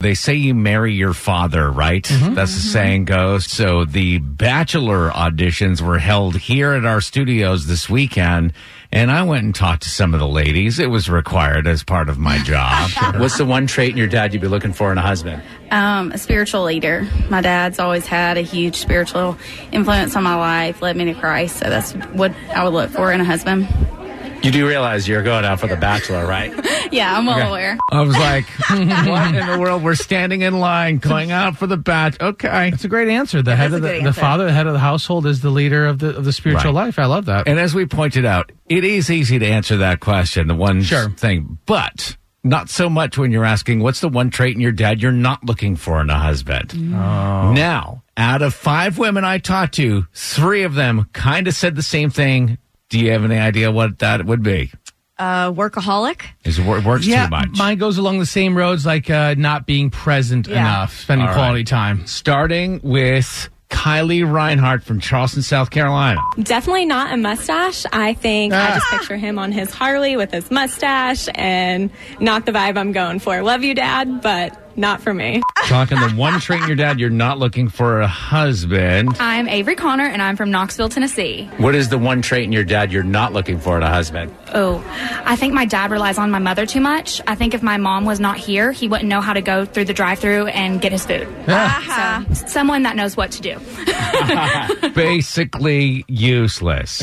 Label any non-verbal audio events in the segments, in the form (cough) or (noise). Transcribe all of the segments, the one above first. They say you marry your father, right? That's the saying goes. So the Bachelor auditions were held here at our studios this weekend. And I went and talked to some of the ladies. It was required as part of my job. What's the one trait in your dad you'd be looking for in a husband? Um, a spiritual leader. My dad's always had a huge spiritual influence on my life, led me to Christ. So that's what I would look for in a husband. (laughs) You do realize you're going out for the Bachelor, right? Yeah, I'm well aware. I was like, (laughs) what in the world? We're standing in line going out for the batch. Okay. It's a great answer. The head is of a the, good the answer. father, the head of the household, is the leader of the of the spiritual Right. life. I love that. And as we pointed out, it is easy to answer that question, the one Sure. thing, but not so much when you're asking, what's the one trait in your dad you're not looking for in a husband? Mm. Now, out of five women I talked to, three of them kind of said the same thing. Do you have any idea what that would be? Uh, workaholic. Is it wor- works yeah, too much? mine goes along the same roads, like uh, not being present Yeah. enough, spending All right. quality time. Starting with Kylie Reinhardt from Charleston, South (laughs) Carolina. Definitely not a mustache. I think Ah. I just picture him on his Harley with his mustache and not the vibe I'm going for. Love you, Dad, but not for me. Talking the one trait in your dad you're not looking for a husband. I'm Avery Connor, and I'm from Knoxville, Tennessee. What is the one trait in your dad you're not looking for in a husband? Oh, I think my dad relies on my mother too much. I think if my mom was not here, he wouldn't know how to go through the drive-through and get his food. So, someone that knows what to do. Basically useless. (laughs)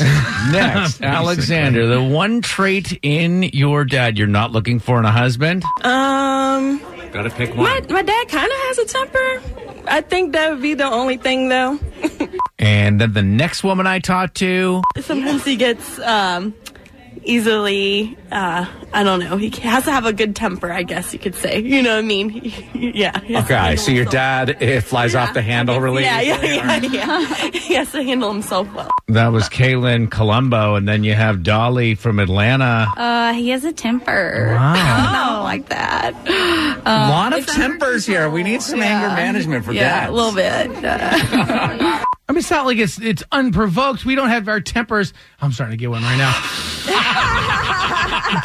Next, Alexander, the one trait in your dad you're not looking for in a husband? Um, Gotta pick my, my dad kind of has a temper. I think that would be the only thing, though. And then the next woman I talked to, Sometimes he gets um, easily, uh, I don't know, he has to have a good temper, I guess you could say. You know what I mean? (laughs) yeah. he has to Okay, handle so your himself. dad it flies off the handle really. Yeah, yeah, yeah, yeah. he has to handle himself well. That was Kaylin Colombo, and then you have Dolly from Atlanta. Uh, he has a temper. wow. (laughs) I don't like that. a lot of tempers here. We need some anger management for yeah, dads. a little bit. Uh, I mean, it's not like it's it's unprovoked. We don't have our tempers. I'm starting to get one right now. (laughs)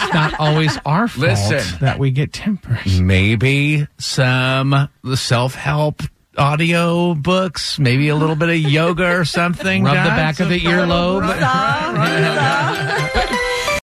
it's not always our fault Listen. that we get tempers. maybe some self help audio books, maybe a little bit of yoga or something. Rub the Dad. back of the earlobe.